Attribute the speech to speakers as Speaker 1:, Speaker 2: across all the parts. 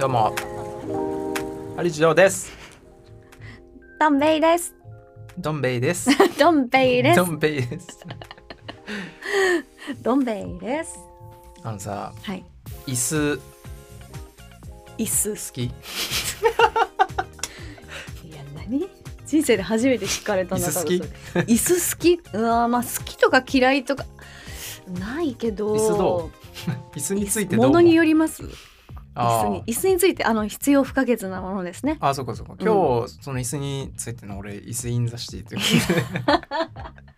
Speaker 1: どうも。ハリジローです。
Speaker 2: ドンベイです。
Speaker 1: ドンベイです。
Speaker 2: ドンベイです
Speaker 1: ド。ンベイです。
Speaker 2: ドンベイです。
Speaker 1: あのさ、
Speaker 2: はい。
Speaker 1: 椅子
Speaker 2: 椅子。
Speaker 1: 好き
Speaker 2: いや、何人生で初めて聞かれた
Speaker 1: 椅
Speaker 2: んだ
Speaker 1: 子好き
Speaker 2: 椅子好きうわーまあ好きとか嫌いとかないけど
Speaker 1: 椅子ど椅子についてどう
Speaker 2: も
Speaker 1: 思
Speaker 2: の
Speaker 1: う
Speaker 2: によります椅
Speaker 1: あ
Speaker 2: 子に
Speaker 1: ー
Speaker 2: 椅子についてあの必要不可欠なものですね
Speaker 1: あ、そうかそうか。今日、その椅子についての俺、椅子インザシテ ィというこ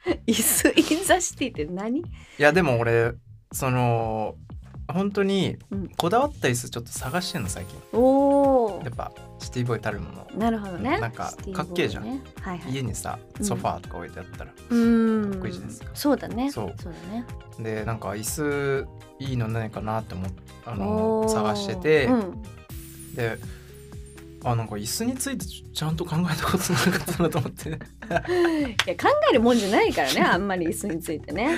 Speaker 1: とで。い
Speaker 2: 椅子インザシティって何
Speaker 1: や、でも俺、その、本当に
Speaker 2: うん
Speaker 1: こだわった椅子ちょっと探してんの最近。
Speaker 2: おお
Speaker 1: やっぱシティボーイたるもの。
Speaker 2: なるほどね
Speaker 1: なんか
Speaker 2: シティ
Speaker 1: かっけえじゃん
Speaker 2: ボーイねはいはい
Speaker 1: 家にさ、
Speaker 2: うん
Speaker 1: ソファーとか置いてあったら。
Speaker 2: うーん
Speaker 1: かっこいいじゃないですか
Speaker 2: そうだね
Speaker 1: そう
Speaker 2: だね
Speaker 1: で、なんか椅子いいのないかなって思っあ
Speaker 2: お
Speaker 1: の
Speaker 2: ー
Speaker 1: 探してて。
Speaker 2: うん
Speaker 1: であなんか椅子についてちゃんと考えたことなかったなと思って
Speaker 2: いや考えるもんじゃないからねあんまり椅子につい てね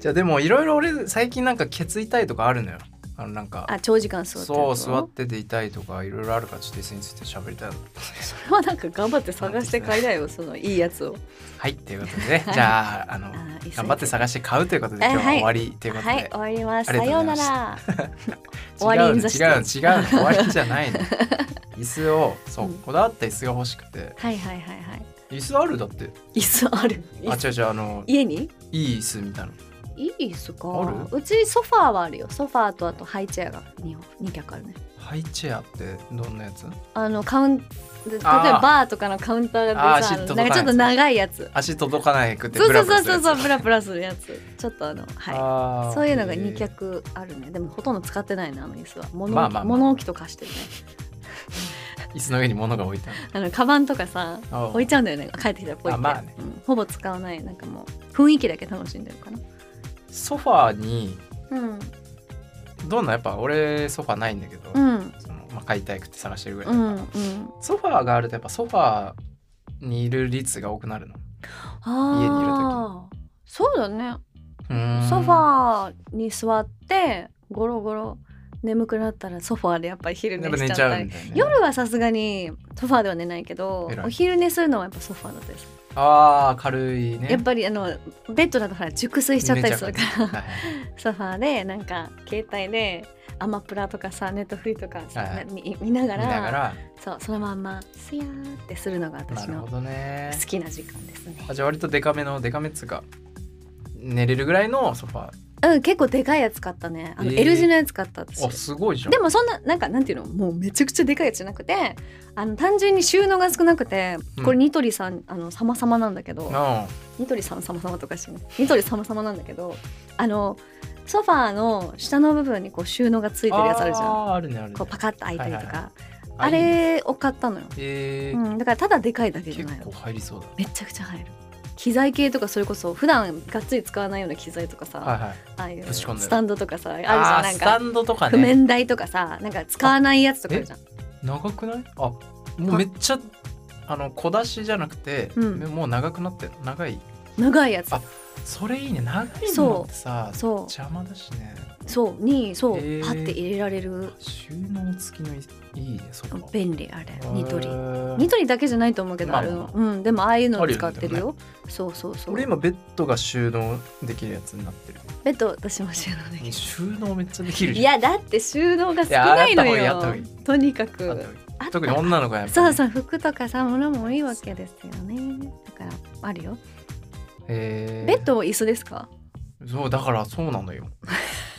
Speaker 1: じゃあでもいろいろ俺最近なんかケツ痛いとかあるのよあのなんか
Speaker 2: あ長時間座ってる
Speaker 1: そう座っててて痛いとかいろいろあるからちょっと椅子について喋りたいな
Speaker 2: それはなんか頑張って探して買いなよそのいいやつを
Speaker 1: はいっていうことでね
Speaker 2: はい
Speaker 1: じゃああの
Speaker 2: あ椅子について
Speaker 1: 頑張って探して買うということで
Speaker 2: え
Speaker 1: 今日は
Speaker 2: はい
Speaker 1: 終わりということで、
Speaker 2: はい、終わります。
Speaker 1: あ
Speaker 2: さ
Speaker 1: りがとう
Speaker 2: よ
Speaker 1: ございま
Speaker 2: うな
Speaker 1: した
Speaker 2: ら。終わ
Speaker 1: 違うの違うの
Speaker 2: りに座
Speaker 1: 違
Speaker 2: して
Speaker 1: うの 終わりじゃないの椅子をそう
Speaker 2: うん
Speaker 1: こだわった椅子が欲しくて
Speaker 2: はいはいはいはい。
Speaker 1: 椅子あるだって
Speaker 2: 椅子ある。
Speaker 1: あ違う違うあの
Speaker 2: 家に？
Speaker 1: いい椅子みたいない
Speaker 2: い椅子
Speaker 1: あ
Speaker 2: か。うちソファーはあるよ。ソファーとあとハイチェアが二本二脚あるね。
Speaker 1: ハイチェアってどんなやつ
Speaker 2: あのカウン例えば
Speaker 1: あー
Speaker 2: バーとかのカウンターが
Speaker 1: あー
Speaker 2: 別
Speaker 1: シッ
Speaker 2: に
Speaker 1: トと
Speaker 2: あ
Speaker 1: か
Speaker 2: のなんかちょっと長いやつ。
Speaker 1: 足届かないくて
Speaker 2: そう
Speaker 1: ブ
Speaker 2: そ
Speaker 1: ラ
Speaker 2: う
Speaker 1: ブラ
Speaker 2: そう
Speaker 1: するや
Speaker 2: そう
Speaker 1: つ
Speaker 2: そうブラブラするやつ。ちょっとあのは
Speaker 1: あ
Speaker 2: い。
Speaker 1: ー
Speaker 2: そういうのが二脚あるね。でもほとんど使ってないねあの椅子は。物置、
Speaker 1: まあまあまあ
Speaker 2: 物置とかしてるね。
Speaker 1: 椅子の上に物が置いてある
Speaker 2: あのカバンとかさ
Speaker 1: あー
Speaker 2: 置いちゃうんだよね。帰ってきたらポイって。
Speaker 1: あまあね
Speaker 2: うんほぼ使わないなんかもう雰囲気だけ楽しんでるかな。
Speaker 1: ソファーに
Speaker 2: うん、
Speaker 1: どんなやっぱ俺ソファーないんだけど、
Speaker 2: うん、
Speaker 1: そのまあ、買いたいくて探してるぐらい、
Speaker 2: うん、うん。
Speaker 1: ソファーがあるとやっぱソファーにいる率が多くなるの家にいる
Speaker 2: ああ、そうだね。
Speaker 1: うーん
Speaker 2: ソファーに座ってゴロゴロ眠くなったらソファーでやっぱり昼
Speaker 1: や
Speaker 2: 寝
Speaker 1: っぱ
Speaker 2: し
Speaker 1: 寝
Speaker 2: ち
Speaker 1: ち
Speaker 2: ゃ
Speaker 1: ゃ
Speaker 2: っ
Speaker 1: う
Speaker 2: たり。
Speaker 1: んだよね
Speaker 2: 夜はさすがにソファーでは寝ないけど
Speaker 1: 偉い
Speaker 2: お昼寝するのはやっぱソファーだったりする
Speaker 1: あー軽いね
Speaker 2: やっぱりあのベッドだとほら熟睡しちゃったりするか
Speaker 1: 寝
Speaker 2: ら
Speaker 1: ちゃうからね
Speaker 2: ソファーでなんか携帯でアマプラとかさネットフリとかさ、
Speaker 1: はいはい
Speaker 2: 見見なが
Speaker 1: はい
Speaker 2: ら
Speaker 1: 見ながら
Speaker 2: そうそのまんまスヤーってするのが
Speaker 1: な
Speaker 2: 私
Speaker 1: る
Speaker 2: の
Speaker 1: ほ
Speaker 2: 好
Speaker 1: どね
Speaker 2: きな時間ですね
Speaker 1: あじゃあ割とデカめのデカめっつうか寝れるぐらいのソファ
Speaker 2: うん結構でかいやつ買ったねあの
Speaker 1: えー
Speaker 2: L 字のやつ買った私、
Speaker 1: ーあすごいじゃん
Speaker 2: でもそんななんかなんていうのもうめちゃくちゃでかいやつじゃなくてあの単純に収納が少なくて
Speaker 1: うん
Speaker 2: これニトリさんあの様々なんだけど、
Speaker 1: うん
Speaker 2: ニトリさん様々とかしてねニトリ様々なんだけどあのソファーの下の部分にこう収納がついてるやつあるじゃん
Speaker 1: あーあるねあるね
Speaker 2: こうパカッと開いたりとか、
Speaker 1: はいはい
Speaker 2: あ
Speaker 1: いいね
Speaker 2: れを買ったのよ、
Speaker 1: えー
Speaker 2: うん、だからただでかいだけじゃない
Speaker 1: 結
Speaker 2: の
Speaker 1: 構入りそうだ
Speaker 2: めちゃくちゃ入る機材系とかそれこそ普段がっつり使わないような機材とかさ、
Speaker 1: はいはい
Speaker 2: ああいう
Speaker 1: ぶち込んでる
Speaker 2: スタンドとかさあるじゃん
Speaker 1: あー
Speaker 2: なん
Speaker 1: スタ
Speaker 2: か
Speaker 1: ンドとか
Speaker 2: 譜
Speaker 1: ね
Speaker 2: 面台とかさなんか使わないやつとかあるじゃん
Speaker 1: 長くないあもうめっちゃあの小出しじゃなくて、
Speaker 2: うん
Speaker 1: もう長くなってる長い
Speaker 2: 長いやつ
Speaker 1: あそれいいね長いの
Speaker 2: そう
Speaker 1: ってさ
Speaker 2: そ
Speaker 1: 邪魔だしね
Speaker 2: うそうにそう、
Speaker 1: へー
Speaker 2: パッて入れられる
Speaker 1: 収納付きのいいいねそこ
Speaker 2: 便利あれニトリニ
Speaker 1: リ
Speaker 2: トリだけじゃないと思うけど
Speaker 1: まあ
Speaker 2: あるの、うんでもああいう
Speaker 1: あ
Speaker 2: の
Speaker 1: るよね
Speaker 2: 使ってる
Speaker 1: でも
Speaker 2: よそうそうそう
Speaker 1: 俺今ベッドが収納できるやつになっ てる
Speaker 2: ベッド私も収納できる
Speaker 1: 収納めっちゃできる
Speaker 2: い
Speaker 1: じゃん
Speaker 2: やだって収納が少ないの
Speaker 1: いやあ
Speaker 2: よ
Speaker 1: った方がいいあった方が
Speaker 2: とにか
Speaker 1: あ
Speaker 2: く
Speaker 1: と
Speaker 2: あった
Speaker 1: 特に女の子はやっぱ
Speaker 2: そう
Speaker 1: ね
Speaker 2: そう服とかさ物もいいわけですよねだからあるよ
Speaker 1: えー
Speaker 2: ベッドも椅子ですか
Speaker 1: そうだからそうなのよ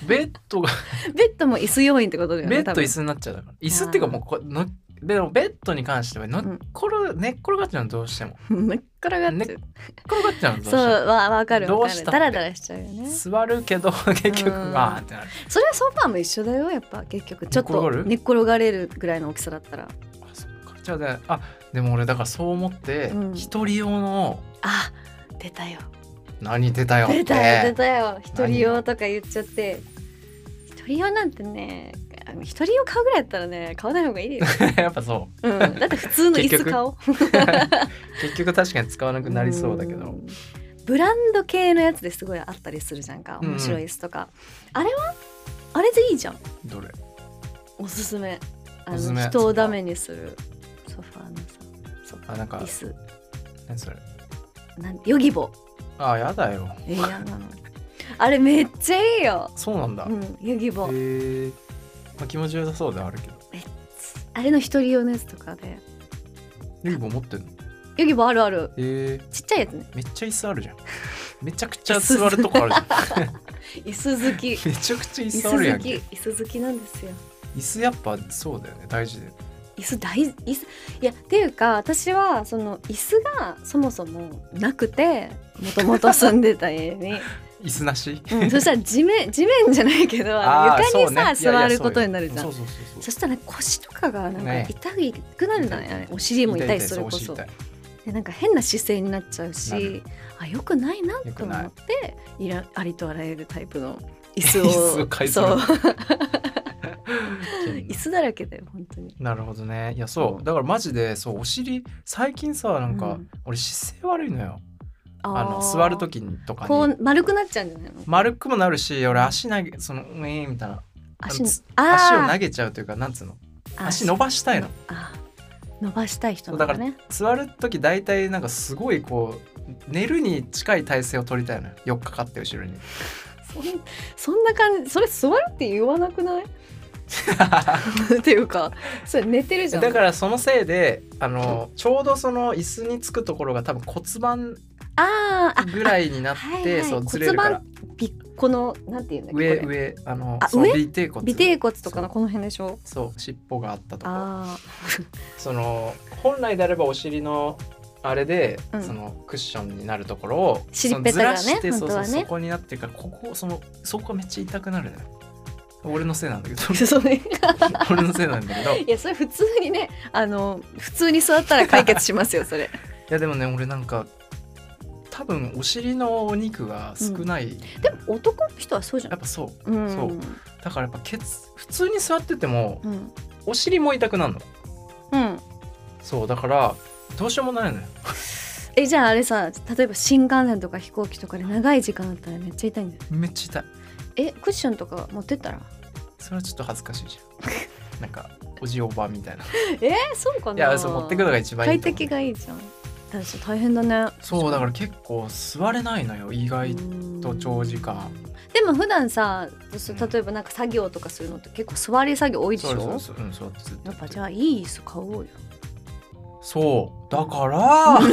Speaker 1: ベッドが
Speaker 2: ベッドも椅子要員ってことだよね
Speaker 1: ベッド椅
Speaker 2: 子
Speaker 1: 子になっちゃうだから椅子っていうかもうこのでもベッドに関してはのっころ、寝っ転がっちゃうのどうしても
Speaker 2: 寝っ転がっ
Speaker 1: ね
Speaker 2: てる
Speaker 1: 転がっちゃうのどうして
Speaker 2: そう
Speaker 1: も
Speaker 2: わわかる
Speaker 1: ど
Speaker 2: わ
Speaker 1: う
Speaker 2: か
Speaker 1: し
Speaker 2: る
Speaker 1: たって
Speaker 2: ダラダラしちゃうよね
Speaker 1: 座るけど結局
Speaker 2: うん
Speaker 1: まあってなる
Speaker 2: それはソファーも一緒だよやっぱ結局ちょっ
Speaker 1: 寝っ
Speaker 2: と
Speaker 1: 転がる
Speaker 2: 寝っ転がれるぐらいの大きさだったら
Speaker 1: あそっかじゃあであでも俺だからそう思って
Speaker 2: うん
Speaker 1: 一、人用の
Speaker 2: あ出たよ
Speaker 1: 何出たよって
Speaker 2: 出たよ出たよ一人用とか言っちゃって一人用なんてねあの一人用買うぐらいだったらね買わない方がいい です
Speaker 1: やっぱそ
Speaker 2: うん、だって普通の椅子買おう
Speaker 1: う結局確かに使わなくなりそうだけど
Speaker 2: んブランド系のやつですごいあったりするじゃんか
Speaker 1: うん
Speaker 2: 面白い椅子とか、あれはあれでいいじゃん
Speaker 1: どれ
Speaker 2: おすすめあ
Speaker 1: おすす
Speaker 2: の
Speaker 1: め
Speaker 2: 人をダメにするソファーのさそう
Speaker 1: あなんか
Speaker 2: 椅子
Speaker 1: 何それ
Speaker 2: なんヨギボ
Speaker 1: あやだよ
Speaker 2: え 嫌なのあれめっちゃいいよ、
Speaker 1: そうなんだ、
Speaker 2: う
Speaker 1: へ
Speaker 2: ん、ヨギボ
Speaker 1: えまあ、気持ちよさそうではあるけど
Speaker 2: あれの一人用のやつとかで
Speaker 1: ユリボ持ってんの
Speaker 2: ヨギボあるある
Speaker 1: え
Speaker 2: ちっちゃいやつね
Speaker 1: めっちゃ椅子ある じゃんめちゃくちゃ座るとこあるじ
Speaker 2: 椅子好き
Speaker 1: ゃんめちゃく ちゃ椅
Speaker 2: 椅
Speaker 1: 子ある
Speaker 2: 子
Speaker 1: や
Speaker 2: 好
Speaker 1: ん
Speaker 2: き
Speaker 1: け
Speaker 2: 椅子好きなんですよ
Speaker 1: 椅子やっぱそうだよね大事で
Speaker 2: 椅子大椅子いやっていうか私はその椅子がそもそもなくてもともと住んでた家 に、
Speaker 1: 椅子なし
Speaker 2: うんそしたら地面地面じゃないけど
Speaker 1: あ
Speaker 2: あ
Speaker 1: ー
Speaker 2: の床にさ、
Speaker 1: そうねいやい
Speaker 2: 座
Speaker 1: や
Speaker 2: ることになるじゃん
Speaker 1: そう
Speaker 2: そ
Speaker 1: よそうそうそうそう
Speaker 2: したら腰とかがなんか
Speaker 1: ね
Speaker 2: 痛くなるんだね
Speaker 1: 痛い痛い
Speaker 2: お尻も痛いそれこ
Speaker 1: 痛
Speaker 2: そ
Speaker 1: い痛いそう
Speaker 2: でなんか変な姿勢になっちゃ
Speaker 1: な
Speaker 2: う
Speaker 1: る
Speaker 2: しあよくないな
Speaker 1: 良
Speaker 2: と
Speaker 1: く
Speaker 2: 思
Speaker 1: ない
Speaker 2: っていらありとあらゆるタイプの椅
Speaker 1: 椅子を買い
Speaker 2: 子
Speaker 1: 揃
Speaker 2: を
Speaker 1: え
Speaker 2: そう
Speaker 1: お尻痛い
Speaker 2: 椅子だらけだよ本当に。
Speaker 1: なるほどねいやそうだからマジでそうお尻最近さなんか、
Speaker 2: うん
Speaker 1: 俺姿勢悪いのよ
Speaker 2: あ
Speaker 1: あの座る時にとか
Speaker 2: こ
Speaker 1: に
Speaker 2: う丸くなっちゃうんじゃないの
Speaker 1: 丸くもなるし俺足投げそのウィーンみたいな
Speaker 2: 足
Speaker 1: あの
Speaker 2: の
Speaker 1: つ
Speaker 2: あ
Speaker 1: 足を
Speaker 2: ー
Speaker 1: 投げちゃうというかなんつうの
Speaker 2: あ
Speaker 1: 足伸ばしたいの
Speaker 2: あ伸ばしたい人なんだね
Speaker 1: 座る時大体なんかすごいこう寝るに近い体勢を取りたいのよよっかかって後 ろに
Speaker 2: そんそんな感じそれ座るって言わなくない っていうかそれ寝てるじゃん
Speaker 1: だからそのせいであのちょうどその椅子につくところが多分骨盤
Speaker 2: あーあ
Speaker 1: ぐらいになって
Speaker 2: はいはい
Speaker 1: そうずれるから
Speaker 2: びこのなんていうんだっけ
Speaker 1: 上
Speaker 2: これ
Speaker 1: 上あの
Speaker 2: あ
Speaker 1: そう
Speaker 2: 上
Speaker 1: 尾底骨
Speaker 2: 尾底骨とかのこの辺でしょ
Speaker 1: そう尻尾があったとこ
Speaker 2: あ
Speaker 1: その本来であればお尻のあれで、
Speaker 2: うん
Speaker 1: そのクッションになるところを
Speaker 2: 尻っぺたがね
Speaker 1: そのずらしてそう
Speaker 2: 本当
Speaker 1: そ
Speaker 2: は
Speaker 1: う
Speaker 2: ね
Speaker 1: そこになってるからここそのそこがめっちゃ痛くなるのよ俺のせいなんだけど
Speaker 2: あ それ
Speaker 1: 俺のせいなんだけどい
Speaker 2: いやそれ普通にねあの普通に座ったら解決しますよ それ
Speaker 1: やでもね俺なんか多分お尻のお肉が少ない、
Speaker 2: でも男の人はそうじゃ
Speaker 1: や
Speaker 2: な
Speaker 1: っ
Speaker 2: い
Speaker 1: ぱそう
Speaker 2: うん
Speaker 1: そだからやっぱケツ普通に座ってても
Speaker 2: うん
Speaker 1: お尻も痛くなるの
Speaker 2: うん
Speaker 1: そうだからどうしようもないのよ
Speaker 2: えじゃああれさ例えば新幹線とか飛行機とかで長い時間だったらめっちゃ痛いんだよ
Speaker 1: めっちゃ痛い
Speaker 2: えクッションとか持ってったら
Speaker 1: それはちょっと恥ずかしいじ ゃんなんかおじおばみたいな
Speaker 2: えー、そうかない
Speaker 1: やそう持ってくのが一番いい
Speaker 2: 快
Speaker 1: と思う
Speaker 2: 適がいいじゃんだって大変だね
Speaker 1: そうだから結構座れないのよ意外と長時間
Speaker 2: でも普段さそ
Speaker 1: うん
Speaker 2: 例えばなんか作業とかするのって結構座り作業多いでし
Speaker 1: そ
Speaker 2: ょ
Speaker 1: うそうそううんそう
Speaker 2: やっぱじゃ
Speaker 1: あ
Speaker 2: あいい椅子買おうよ
Speaker 1: そうだから そう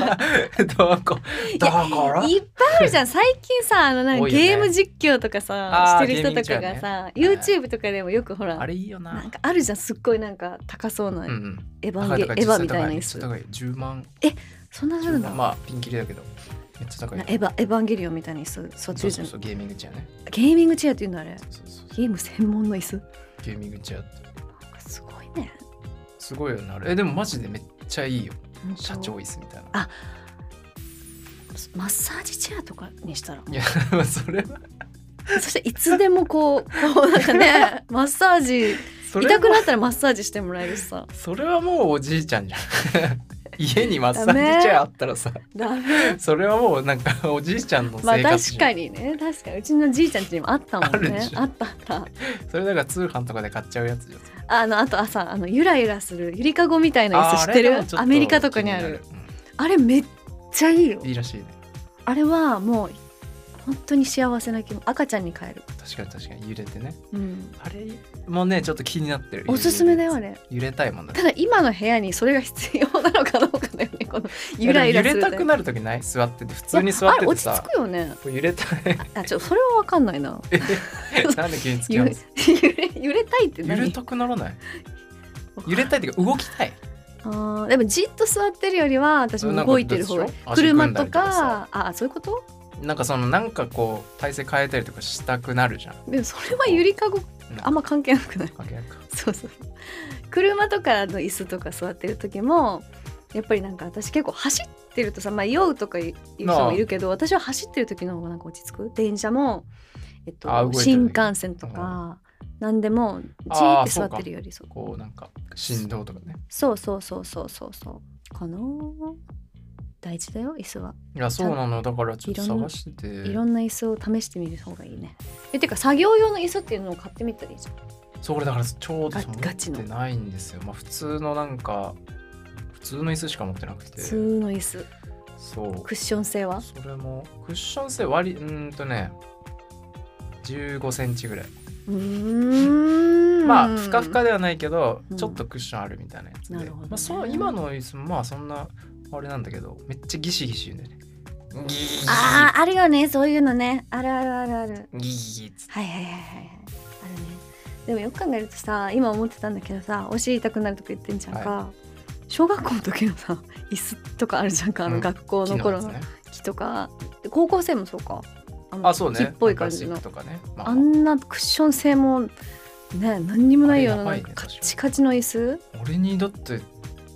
Speaker 1: だかだから
Speaker 2: いっぱいあるじゃん最近さあのなんか
Speaker 1: 多いよね
Speaker 2: ゲーム実況とかさ
Speaker 1: あー
Speaker 2: してる人とかがさ、
Speaker 1: ゲーム実
Speaker 2: YouTube とかでもよくほら
Speaker 1: あれいいよな
Speaker 2: なんかあるじゃんすっごいなんか高そうな
Speaker 1: うんうん
Speaker 2: エヴァン
Speaker 1: 高
Speaker 2: ゲ、
Speaker 1: い高い
Speaker 2: エ
Speaker 1: 実
Speaker 2: ヴァ
Speaker 1: 際
Speaker 2: みたい
Speaker 1: 高
Speaker 2: な椅
Speaker 1: ちょ
Speaker 2: 子
Speaker 1: っと高い10万
Speaker 2: そんなのある
Speaker 1: 10
Speaker 2: んだ、
Speaker 1: 万まあピンキリだけどめっちゃ高い
Speaker 2: なエヴァエヴァンゲリオンみたいな椅子そっ
Speaker 1: そう
Speaker 2: ちじ
Speaker 1: そ
Speaker 2: ゃ
Speaker 1: うんそうゲーミングチェアね
Speaker 2: ゲーミングチェアっていうのあれ
Speaker 1: そうそう
Speaker 2: ゲーム専門の椅子
Speaker 1: ゲーミングチェアって
Speaker 2: すごいね
Speaker 1: すごいよねあれえでもマジでめっちゃいいよ
Speaker 2: 本当
Speaker 1: 社長椅子みたいな
Speaker 2: マッサージチェアとかにしたら
Speaker 1: いや それは
Speaker 2: そしていつでもこうこうなん かねマッサージ
Speaker 1: それは
Speaker 2: 痛くなったらマッサージしてもらえるしさ
Speaker 1: それはもうおじいちゃんじ ゃん家にマッサー
Speaker 2: ダ
Speaker 1: ジ
Speaker 2: メ
Speaker 1: チェアあったらさ
Speaker 2: ダメ
Speaker 1: それはもうなんかおじいちゃんの
Speaker 2: まあ
Speaker 1: 生活
Speaker 2: 確
Speaker 1: じゃん、
Speaker 2: かにね確かにうちのじいちゃんちにもあったもん
Speaker 1: あるで
Speaker 2: ね
Speaker 1: しょ
Speaker 2: あったあった
Speaker 1: それだから通販とかで買っちゃうやつじゃん
Speaker 2: あのあと朝あのゆらゆらするゆりかごみたいな椅
Speaker 1: あ
Speaker 2: 子
Speaker 1: ー
Speaker 2: 知って
Speaker 1: あれ
Speaker 2: る
Speaker 1: でもちょっ
Speaker 2: アメリカとかにある
Speaker 1: 気な
Speaker 2: あれめっちゃいいよ
Speaker 1: うんいいらしいね
Speaker 2: あれはもう本当に幸せな気分赤ちゃんに変える、
Speaker 1: 確かに確かに揺れてね
Speaker 2: うん、
Speaker 1: あれもねちょっと気になってる
Speaker 2: おすすめだよあれ
Speaker 1: 揺れたいもんだね
Speaker 2: ただ今の部屋にそれが必要なのかどうか だよねこの ゆらゆらす
Speaker 1: 揺
Speaker 2: る
Speaker 1: れ
Speaker 2: タイ
Speaker 1: た
Speaker 2: プ
Speaker 1: くなる時ない座ってて普通に座っ
Speaker 2: いやあ
Speaker 1: てて
Speaker 2: れ落ち着
Speaker 1: さ
Speaker 2: くよね
Speaker 1: 揺れた い
Speaker 2: あちょそれはわかんないな
Speaker 1: なんで気につき
Speaker 2: 揺
Speaker 1: 合う
Speaker 2: れ
Speaker 1: の
Speaker 2: 揺れ 揺れたいって
Speaker 1: 揺
Speaker 2: 何
Speaker 1: れたくならない揺れたいっていうか動きたい
Speaker 2: あーでもじっと座ってるよりは私も動いてる方が
Speaker 1: なんか別でしょ
Speaker 2: 車
Speaker 1: 足組んだ
Speaker 2: と
Speaker 1: りとか
Speaker 2: か
Speaker 1: さ
Speaker 2: あそういうこと
Speaker 1: なんかそのなんかこう体勢変えたりとかしたくなるじゃん
Speaker 2: でもそれはゆりかご
Speaker 1: なんか
Speaker 2: あんま関係なくない
Speaker 1: 関係ないか
Speaker 2: そうそう車とかの椅子とか座ってる時もやっぱりなんか私結構走ってるとさまあ酔うとかいう人もいるけど私は走ってる時の方がなんか落ち着く電車も、えっ
Speaker 1: あ動、
Speaker 2: と
Speaker 1: いてる時
Speaker 2: 新幹線とか、何でもじーって座ってるよりそう
Speaker 1: こうなんか振動とかね
Speaker 2: そうそうそうそうそうそうかな大事だよ椅子はい
Speaker 1: やそうなのだからちょっと
Speaker 2: いろん
Speaker 1: 探してて
Speaker 2: いろんな椅子を試してみる方がいいねえてか作業用の椅子っていうのを買ってみたらいいじゃん
Speaker 1: そうこれだからちょうどそう
Speaker 2: ガガチの
Speaker 1: 持ってないんですよ、まあ、普通のなんか普通の椅子しか持ってなくて
Speaker 2: 普通の椅子
Speaker 1: そう
Speaker 2: クッション性 は
Speaker 1: それもクッション性割りうーんとね15センチぐらい、
Speaker 2: うーん
Speaker 1: まあふかふかではないけど、
Speaker 2: うん
Speaker 1: ちょっとクッションあるみたいなやつで、
Speaker 2: なるほどね
Speaker 1: まあ、そう今の椅子もまあそんなあれなんだけどめっちゃギシギシ言うんだよねギーギー
Speaker 2: あーあるよねそういうのねあるあるあるある
Speaker 1: ギーギーっつって
Speaker 2: はいはいはいはいはいあるねでもよく考えるとさ今思ってたんだけどさお尻痛くなるとか言ってんじゃんか、小学校の時のさ椅子とかあるじゃんかあ
Speaker 1: う
Speaker 2: の
Speaker 1: ん
Speaker 2: 学校の頃
Speaker 1: 木
Speaker 2: の
Speaker 1: やつね
Speaker 2: 木とか、で高校生もそうかあの
Speaker 1: あそうね
Speaker 2: 木っぽい感じの
Speaker 1: プラスチックとかね、まあ
Speaker 2: あんなクッション性もね何にもないような
Speaker 1: あ
Speaker 2: な
Speaker 1: れ
Speaker 2: ん
Speaker 1: やばいね
Speaker 2: かカッチカチの椅子
Speaker 1: 俺にだって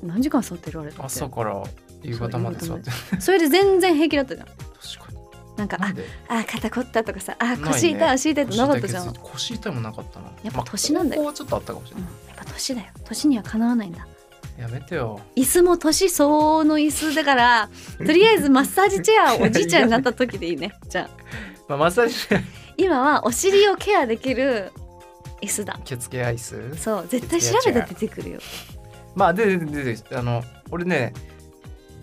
Speaker 2: 何時間座ってるあれだって
Speaker 1: 朝から夕方まで座ってる
Speaker 2: それで全然平気だったじゃん
Speaker 1: 確か
Speaker 2: なんか
Speaker 1: にな
Speaker 2: あ
Speaker 1: んで
Speaker 2: あ肩凝ったとかさ
Speaker 1: ね
Speaker 2: あ腰痛い足痛いってなかったじゃん、
Speaker 1: 腰痛いけど腰痛いもなかったな
Speaker 2: やっぱ年なんだよ
Speaker 1: まあ、ここはちょっとあったかもしれ
Speaker 2: うん
Speaker 1: な
Speaker 2: やっぱ年だよ年にはかなわないんだ
Speaker 1: い、やめてよ
Speaker 2: 椅子も年相応の椅子だからとりあえずマッサージ チェアをおじいちゃんになった時でいいねじゃあ
Speaker 1: まあ、マッサージ
Speaker 2: 今はお尻をケアできる椅子だ
Speaker 1: 受付アイス
Speaker 2: そう絶対調べて出てくるよ
Speaker 1: まあでででであの俺ね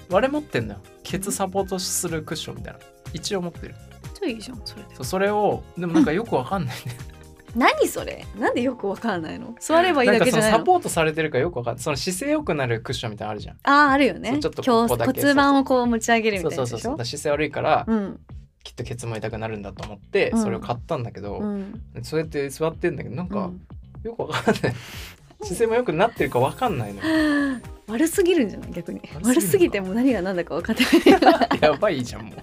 Speaker 1: 割れ持ってんのよケツサポートするクッションみたいな一応持ってる
Speaker 2: ちょいいじゃんそれで
Speaker 1: そうそれをでもなんかよくわかんないね
Speaker 2: 何それなんでよくわからないの座ればいい
Speaker 1: なんか
Speaker 2: だけ
Speaker 1: そ
Speaker 2: じ
Speaker 1: の
Speaker 2: ゃない
Speaker 1: サ
Speaker 2: の
Speaker 1: ポートされてるかよくわかんないその姿勢良くなるクッションみたいなのあるじゃん
Speaker 2: あああるよ
Speaker 1: そ
Speaker 2: ね
Speaker 1: うちょっと
Speaker 2: 今
Speaker 1: こ
Speaker 2: 日
Speaker 1: こだけ
Speaker 2: 骨盤をこう持ち上げるみ
Speaker 1: そ
Speaker 2: た
Speaker 1: う
Speaker 2: い
Speaker 1: そ
Speaker 2: な
Speaker 1: う
Speaker 2: で
Speaker 1: そう
Speaker 2: し
Speaker 1: そうだ
Speaker 2: ょ
Speaker 1: から姿勢悪いから、
Speaker 2: うん
Speaker 1: きっとケツも痛くなるんだと思って、
Speaker 2: うん
Speaker 1: それを買ったんだけど、
Speaker 2: うん
Speaker 1: そうやって座ってんだけどなん
Speaker 2: う
Speaker 1: か
Speaker 2: ん
Speaker 1: よくわかんない姿勢もよくなってるかわかんない の
Speaker 2: 悪すぎるんじゃない逆に
Speaker 1: 悪すぎるのか
Speaker 2: 悪すぎてもう何が何だか分かってない
Speaker 1: やばいじゃんもう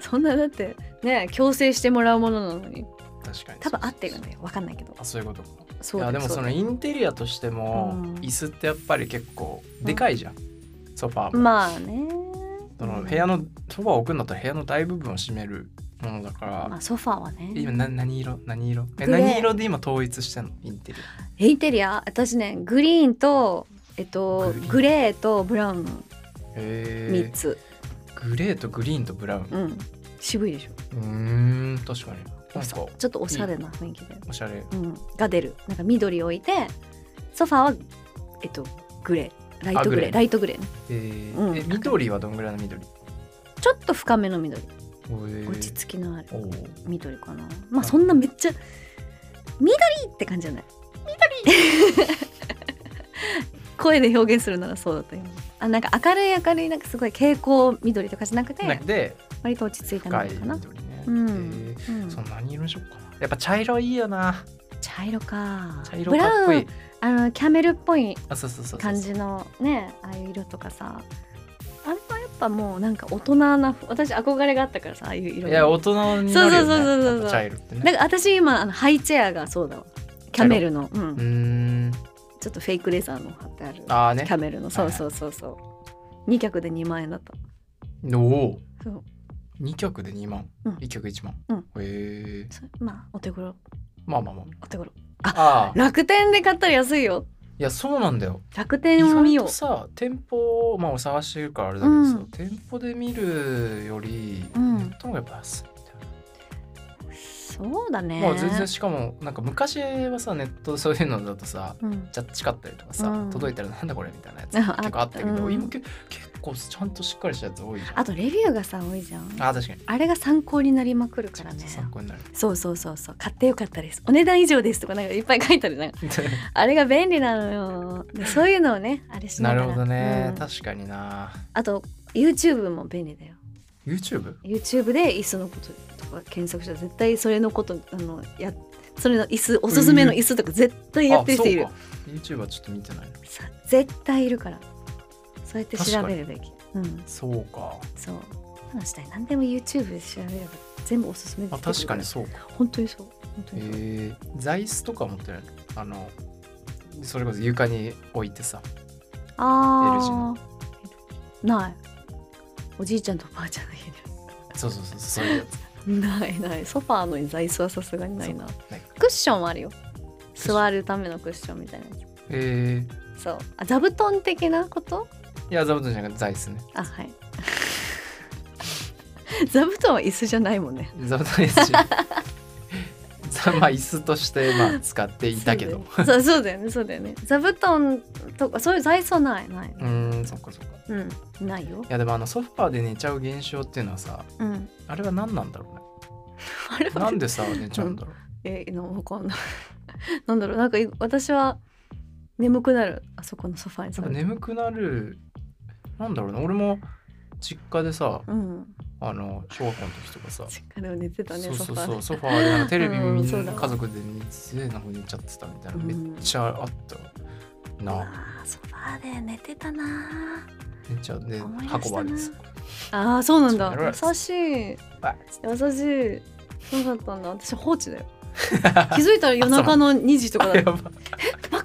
Speaker 2: そんなだってね強制してもらうものなのに
Speaker 1: 確かに
Speaker 2: 多分合ってるんだよ分かんないけど
Speaker 1: あそういうことか
Speaker 2: そう
Speaker 1: い
Speaker 2: だ
Speaker 1: やで
Speaker 2: よ
Speaker 1: も
Speaker 2: う
Speaker 1: そ
Speaker 2: だ
Speaker 1: の
Speaker 2: よ
Speaker 1: インテリアとしても
Speaker 2: うん
Speaker 1: 椅子ってやっぱり結構でかいじゃん、ソファーも、
Speaker 2: まあね
Speaker 1: その部屋のソファーを置くんだったら部屋の大部分を占めるものだから、
Speaker 2: まあソファーはね
Speaker 1: 今な何色何色え
Speaker 2: グレー
Speaker 1: 何色で今統一してんのインテリ
Speaker 2: インテリア私ねグリーンとえっと
Speaker 1: グリーン
Speaker 2: グレーとブラウンの
Speaker 1: アへ
Speaker 2: 3つ、
Speaker 1: ーグレーとグリーンとブラウン
Speaker 2: うん渋いでしょ
Speaker 1: うーん確かになんか
Speaker 2: ちょっとおしゃれな雰囲気で
Speaker 1: おしゃれ
Speaker 2: うん、が出るなんか緑を置いてソファーはえっとグレーライ
Speaker 1: あ
Speaker 2: トグレー
Speaker 1: グレー
Speaker 2: ライトグレーね
Speaker 1: えー
Speaker 2: うん
Speaker 1: え緑はどんぐらいの緑、
Speaker 2: ちょっと深めの緑
Speaker 1: えー
Speaker 2: 落ち着きのある
Speaker 1: おー
Speaker 2: 緑かなまあそんなめっちゃ緑って感じじゃない緑 声で表現するならそうだと思うあなんか明るい明るいなんかすごい蛍光緑とかじゃなくて
Speaker 1: なんかで
Speaker 2: 割と落ち着いた
Speaker 1: 深い
Speaker 2: 緑かな、
Speaker 1: 緑ね、
Speaker 2: うん
Speaker 1: えー
Speaker 2: うん
Speaker 1: その何色にしよっかなやっぱ茶色いいよな
Speaker 2: 茶色か
Speaker 1: 茶色
Speaker 2: ブ
Speaker 1: かっこ
Speaker 2: ラウ
Speaker 1: い
Speaker 2: ン
Speaker 1: い
Speaker 2: あのキャメルっぽい
Speaker 1: あそうそうそうそう
Speaker 2: 感じのねああいう色とかさあれはやっぱもうなんか大人な私憧れがあったからさああいう色
Speaker 1: い
Speaker 2: に
Speaker 1: や大人になるよね
Speaker 2: そうそうそうそ
Speaker 1: や
Speaker 2: うそう
Speaker 1: っぱ茶色ってね
Speaker 2: なんか私今あのハイチェアがそうだわキャメルの、う
Speaker 1: うー
Speaker 2: ん、
Speaker 1: ん
Speaker 2: ちょっとフェイクレザーの貼ってある
Speaker 1: ああ
Speaker 2: キ
Speaker 1: ね
Speaker 2: ャメルのそうそうそうそう、2脚で2万円だった
Speaker 1: おお
Speaker 2: そう
Speaker 1: 2曲で2万、
Speaker 2: うん
Speaker 1: 一曲1万、
Speaker 2: うん
Speaker 1: へえ
Speaker 2: そうまあお手頃
Speaker 1: まあまあまあ
Speaker 2: お手頃
Speaker 1: ああ
Speaker 2: 楽天で買ったら安いよ
Speaker 1: いやそうなんだよ
Speaker 2: 楽
Speaker 1: 意
Speaker 2: 天を
Speaker 1: 外
Speaker 2: 見よ
Speaker 1: と
Speaker 2: う
Speaker 1: さ店舗をまあお探してるからあれだけどさ、
Speaker 2: うん
Speaker 1: 店舗で見るより
Speaker 2: う
Speaker 1: ネ
Speaker 2: ん
Speaker 1: ットの方がやっぱ安いみたいな
Speaker 2: そうだね
Speaker 1: まあ全然しかもなんか昔はさネットでそういうのだとさ
Speaker 2: うん
Speaker 1: ジャッジ買ったりとかさ、
Speaker 2: うん
Speaker 1: 届いたらなんだこれみたいなやつ
Speaker 2: あ
Speaker 1: 結構あったけど、
Speaker 2: うん
Speaker 1: 今け結構ちゃんとしっかりしたやつ多いじゃん
Speaker 2: あとレビューがさ多いじゃんあ
Speaker 1: あ確かに
Speaker 2: れが参考になりまくるからね
Speaker 1: 参考になる
Speaker 2: そうそうそうそう買ってよかったですお値段以上ですとかなんかいっぱい書いてあるじゃん あれが便利なのよでそういうのをねあれしな
Speaker 1: な
Speaker 2: が
Speaker 1: る
Speaker 2: ら
Speaker 1: ほどね、
Speaker 2: うん
Speaker 1: 確かにな
Speaker 2: あと YouTube も便利だよ
Speaker 1: YouTube?
Speaker 2: YouTube で椅子のこととか検索したら絶対それのことあのやそれの椅子おすすめの椅子とか絶対やってる人いる、
Speaker 1: あそうか YouTube はちょっと見てないの
Speaker 2: さ絶対いるからそうやって調べるべきうん
Speaker 1: そうか、
Speaker 2: そう話したい何でも YouTube で調べれば全部おすすめで
Speaker 1: あ、
Speaker 2: きてくる
Speaker 1: 確かにそうか
Speaker 2: 本当にそう本当にそう、
Speaker 1: えー、座椅子とか持ってないのあのそれこそ床に置いてさ L 字
Speaker 2: ああ
Speaker 1: の
Speaker 2: ないおじいちゃんとおばあちゃんの家に
Speaker 1: そうそうそうそういうやつ
Speaker 2: ないないソファーの座椅子はさすがにないな
Speaker 1: そうない
Speaker 2: クッションはあるよ
Speaker 1: ション
Speaker 2: 座るためのクッションみたいなや
Speaker 1: えー、
Speaker 2: つそうあ座布団的なこと
Speaker 1: いや座布団じゃなくて座椅子ね
Speaker 2: あはい 座布団は椅子じゃないもんね
Speaker 1: 座布団ですし座さまあ椅子としてまあ使っていたけど
Speaker 2: そうそうだよねそうだよね座布団とかそういう座椅子はないないう
Speaker 1: ーんそっかそっかい
Speaker 2: うんないよ
Speaker 1: やでもあのソファーで寝ちゃう現象っていうのはさ
Speaker 2: うん
Speaker 1: あれは何なんだろうね
Speaker 2: あれは
Speaker 1: なんでさ寝ちゃうんだろう
Speaker 2: えー、のわかんない なんだろうなんかい私は眠くなるあそこのソファーに
Speaker 1: な
Speaker 2: 座
Speaker 1: ん
Speaker 2: る
Speaker 1: か
Speaker 2: と
Speaker 1: 眠くなるなんだろうね俺も実家でさ
Speaker 2: うん
Speaker 1: あの小学校の時とかさ
Speaker 2: 実家でも寝てたね
Speaker 1: そうそう
Speaker 2: ソファ
Speaker 1: そ
Speaker 2: ー
Speaker 1: うソファーでなんかテレビ
Speaker 2: うん
Speaker 1: 見
Speaker 2: そうだ
Speaker 1: る
Speaker 2: わ
Speaker 1: 家族で寝てなんか寝ちゃってたみたいな
Speaker 2: うん
Speaker 1: めっちゃあったな
Speaker 2: あーソファーで寝てたな
Speaker 1: 寝ちゃうで
Speaker 2: 思い出したな
Speaker 1: 運ばれてさ
Speaker 2: あーそうなん
Speaker 1: そ
Speaker 2: だ
Speaker 1: うやろ
Speaker 2: 優しい
Speaker 1: あ
Speaker 2: 優しいそうだったんだ私放置だ よ気づいたら夜中の2時とかだ
Speaker 1: や
Speaker 2: った
Speaker 1: ば
Speaker 2: 真っ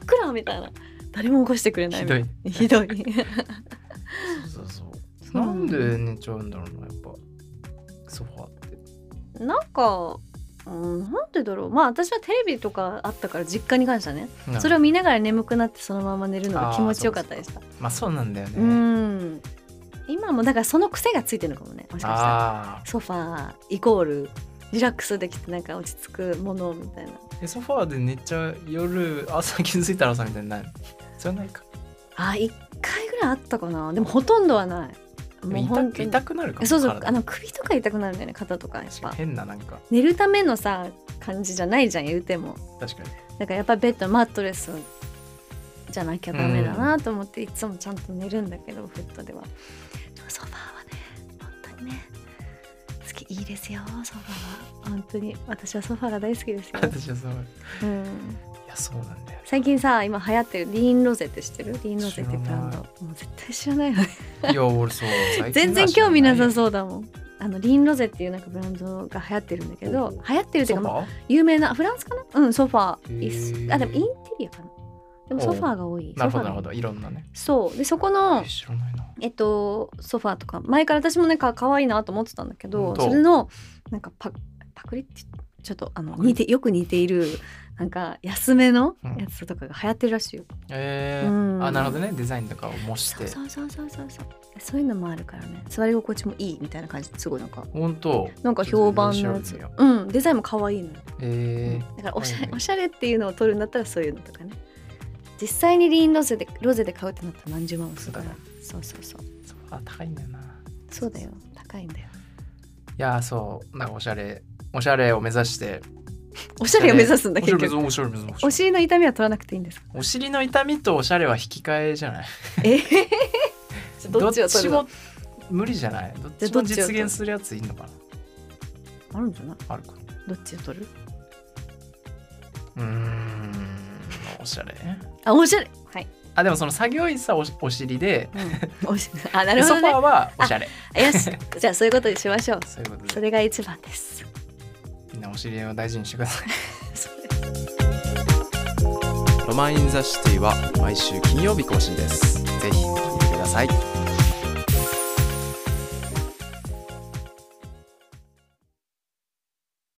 Speaker 2: 暗みたいな誰も起こしてくれない
Speaker 1: ひ
Speaker 2: み
Speaker 1: ど
Speaker 2: た
Speaker 1: い
Speaker 2: いなひどい
Speaker 1: そうそうそう
Speaker 2: そう
Speaker 1: な
Speaker 2: なん
Speaker 1: ん
Speaker 2: だ
Speaker 1: で寝ちゃうんだろうなやっぱソファーって
Speaker 2: なんかうん、なんでだろうまあ私はテレビとかあったから実家に関してはねそれを見ながら眠くなってそのまま寝るのが気持ちよかったでした
Speaker 1: まあそうなんだよ
Speaker 2: う
Speaker 1: ね
Speaker 2: ん今もだからその癖がついてるのかもねもしかしたら
Speaker 1: あ
Speaker 2: ソファーイコールリラックスできてなんか落ち着くものみたいな
Speaker 1: ーえソファーで寝ちゃう夜朝気づいたら朝みたいになるそれはないか
Speaker 2: あ1回ぐらいあったかなでもほとんどはない
Speaker 1: でも
Speaker 2: もう本当
Speaker 1: 痛
Speaker 2: に
Speaker 1: 痛くなるかも
Speaker 2: そうそう
Speaker 1: 体
Speaker 2: あの首とか痛くなるんだよね肩とかやっ
Speaker 1: 確か
Speaker 2: ぱ
Speaker 1: に変ななんか
Speaker 2: 寝るためのさ感じじゃないじゃん言うても
Speaker 1: 確かに
Speaker 2: だからやっぱベッドマットレスじゃなきゃダメだなと思って、いつもちゃんと寝るんだけどフットではでもソファーはね本当にね好きいいですよソファーは本当に私はソファーが大好きですよ、
Speaker 1: 私はそうい
Speaker 2: うん、
Speaker 1: やそうなんだよ
Speaker 2: 最近さ今流行ってるリーンロゼって知ってるリーンロゼってブラン
Speaker 1: 知
Speaker 2: ド
Speaker 1: ら
Speaker 2: もう絶対知らないよね
Speaker 1: いや俺そう最近
Speaker 2: 全然興味なさ
Speaker 1: う
Speaker 2: そうだもんあのリーンロゼっていうなんかブランドが流行ってるんだけど流行ってるっていう
Speaker 1: ソ
Speaker 2: か
Speaker 1: フ
Speaker 2: まあ
Speaker 1: ァー
Speaker 2: 有名なフランスかなうんソファー
Speaker 1: へ
Speaker 2: 椅
Speaker 1: ー
Speaker 2: 子あでもインテリアかなでもソファーが多い
Speaker 1: なるほどな
Speaker 2: ソファーが
Speaker 1: るほどいろんなね
Speaker 2: そうでそこの
Speaker 1: え知らないな
Speaker 2: えっとソファーとか前から私もなんか可愛いなと思ってたんだけ
Speaker 1: う
Speaker 2: ど
Speaker 1: ん
Speaker 2: それのなんかパパクリってちょっとあの
Speaker 1: クリ
Speaker 2: 似てよく似ているなんか安めの
Speaker 1: うん
Speaker 2: やつとかが流行ってるらしいよ、
Speaker 1: え
Speaker 2: うん
Speaker 1: ーあなるほどねデザインとかを模し
Speaker 2: そ
Speaker 1: て
Speaker 2: うそうそうそうそうそうそういうのもあるからね座り心地もいいみたいな感じですごいなんか
Speaker 1: 本当
Speaker 2: なんか評判のや
Speaker 1: ち
Speaker 2: つ
Speaker 1: ょっと調べてみよ
Speaker 2: うんデザインも可愛いのよ
Speaker 1: うえ
Speaker 2: だからおしゃ
Speaker 1: はい
Speaker 2: れ
Speaker 1: はい
Speaker 2: おしゃれっていうのを取るんだったらそういうのとかね実際にリーンロゼでロゼで買うってなったら何十万もするから
Speaker 1: そうだ
Speaker 2: そうそうそう
Speaker 1: ー、ソファー高いんだよな
Speaker 2: そうだよ高いんだよ
Speaker 1: いやーそうなんかおしゃれおしゃれを目指して
Speaker 2: おしゃれを目指すんだ
Speaker 1: おしゃ
Speaker 2: 結
Speaker 1: れ目指
Speaker 2: 局
Speaker 1: そうおしゃれ目指そう
Speaker 2: お尻の痛みは取らなくていいんですか
Speaker 1: お尻の痛みとおしゃれは引き換えじゃない
Speaker 2: え どっちを取るの
Speaker 1: どっちも無理じゃないどっ
Speaker 2: じゃあ
Speaker 1: ち
Speaker 2: ど
Speaker 1: も
Speaker 2: っちを取る
Speaker 1: 実現するやついいのかな
Speaker 2: あるんじゃない
Speaker 1: あるか
Speaker 2: どっちを取る
Speaker 1: うーんおしゃれ
Speaker 2: あおしゃれ はい、
Speaker 1: あでもその作業員さおしお尻で
Speaker 2: うん、おしあな
Speaker 1: で
Speaker 2: るほ
Speaker 1: ソフ
Speaker 2: ど
Speaker 1: ァー
Speaker 2: ね
Speaker 1: はおしゃれ
Speaker 2: よしじゃあそういうことにしましょう
Speaker 1: そういうこと
Speaker 2: そ
Speaker 1: で
Speaker 2: れが一番です
Speaker 1: みんなお尻を大事にしてください
Speaker 2: そう
Speaker 1: ロマン・イン・ザ・シティは毎週金曜日更新ですぜひ聞いてください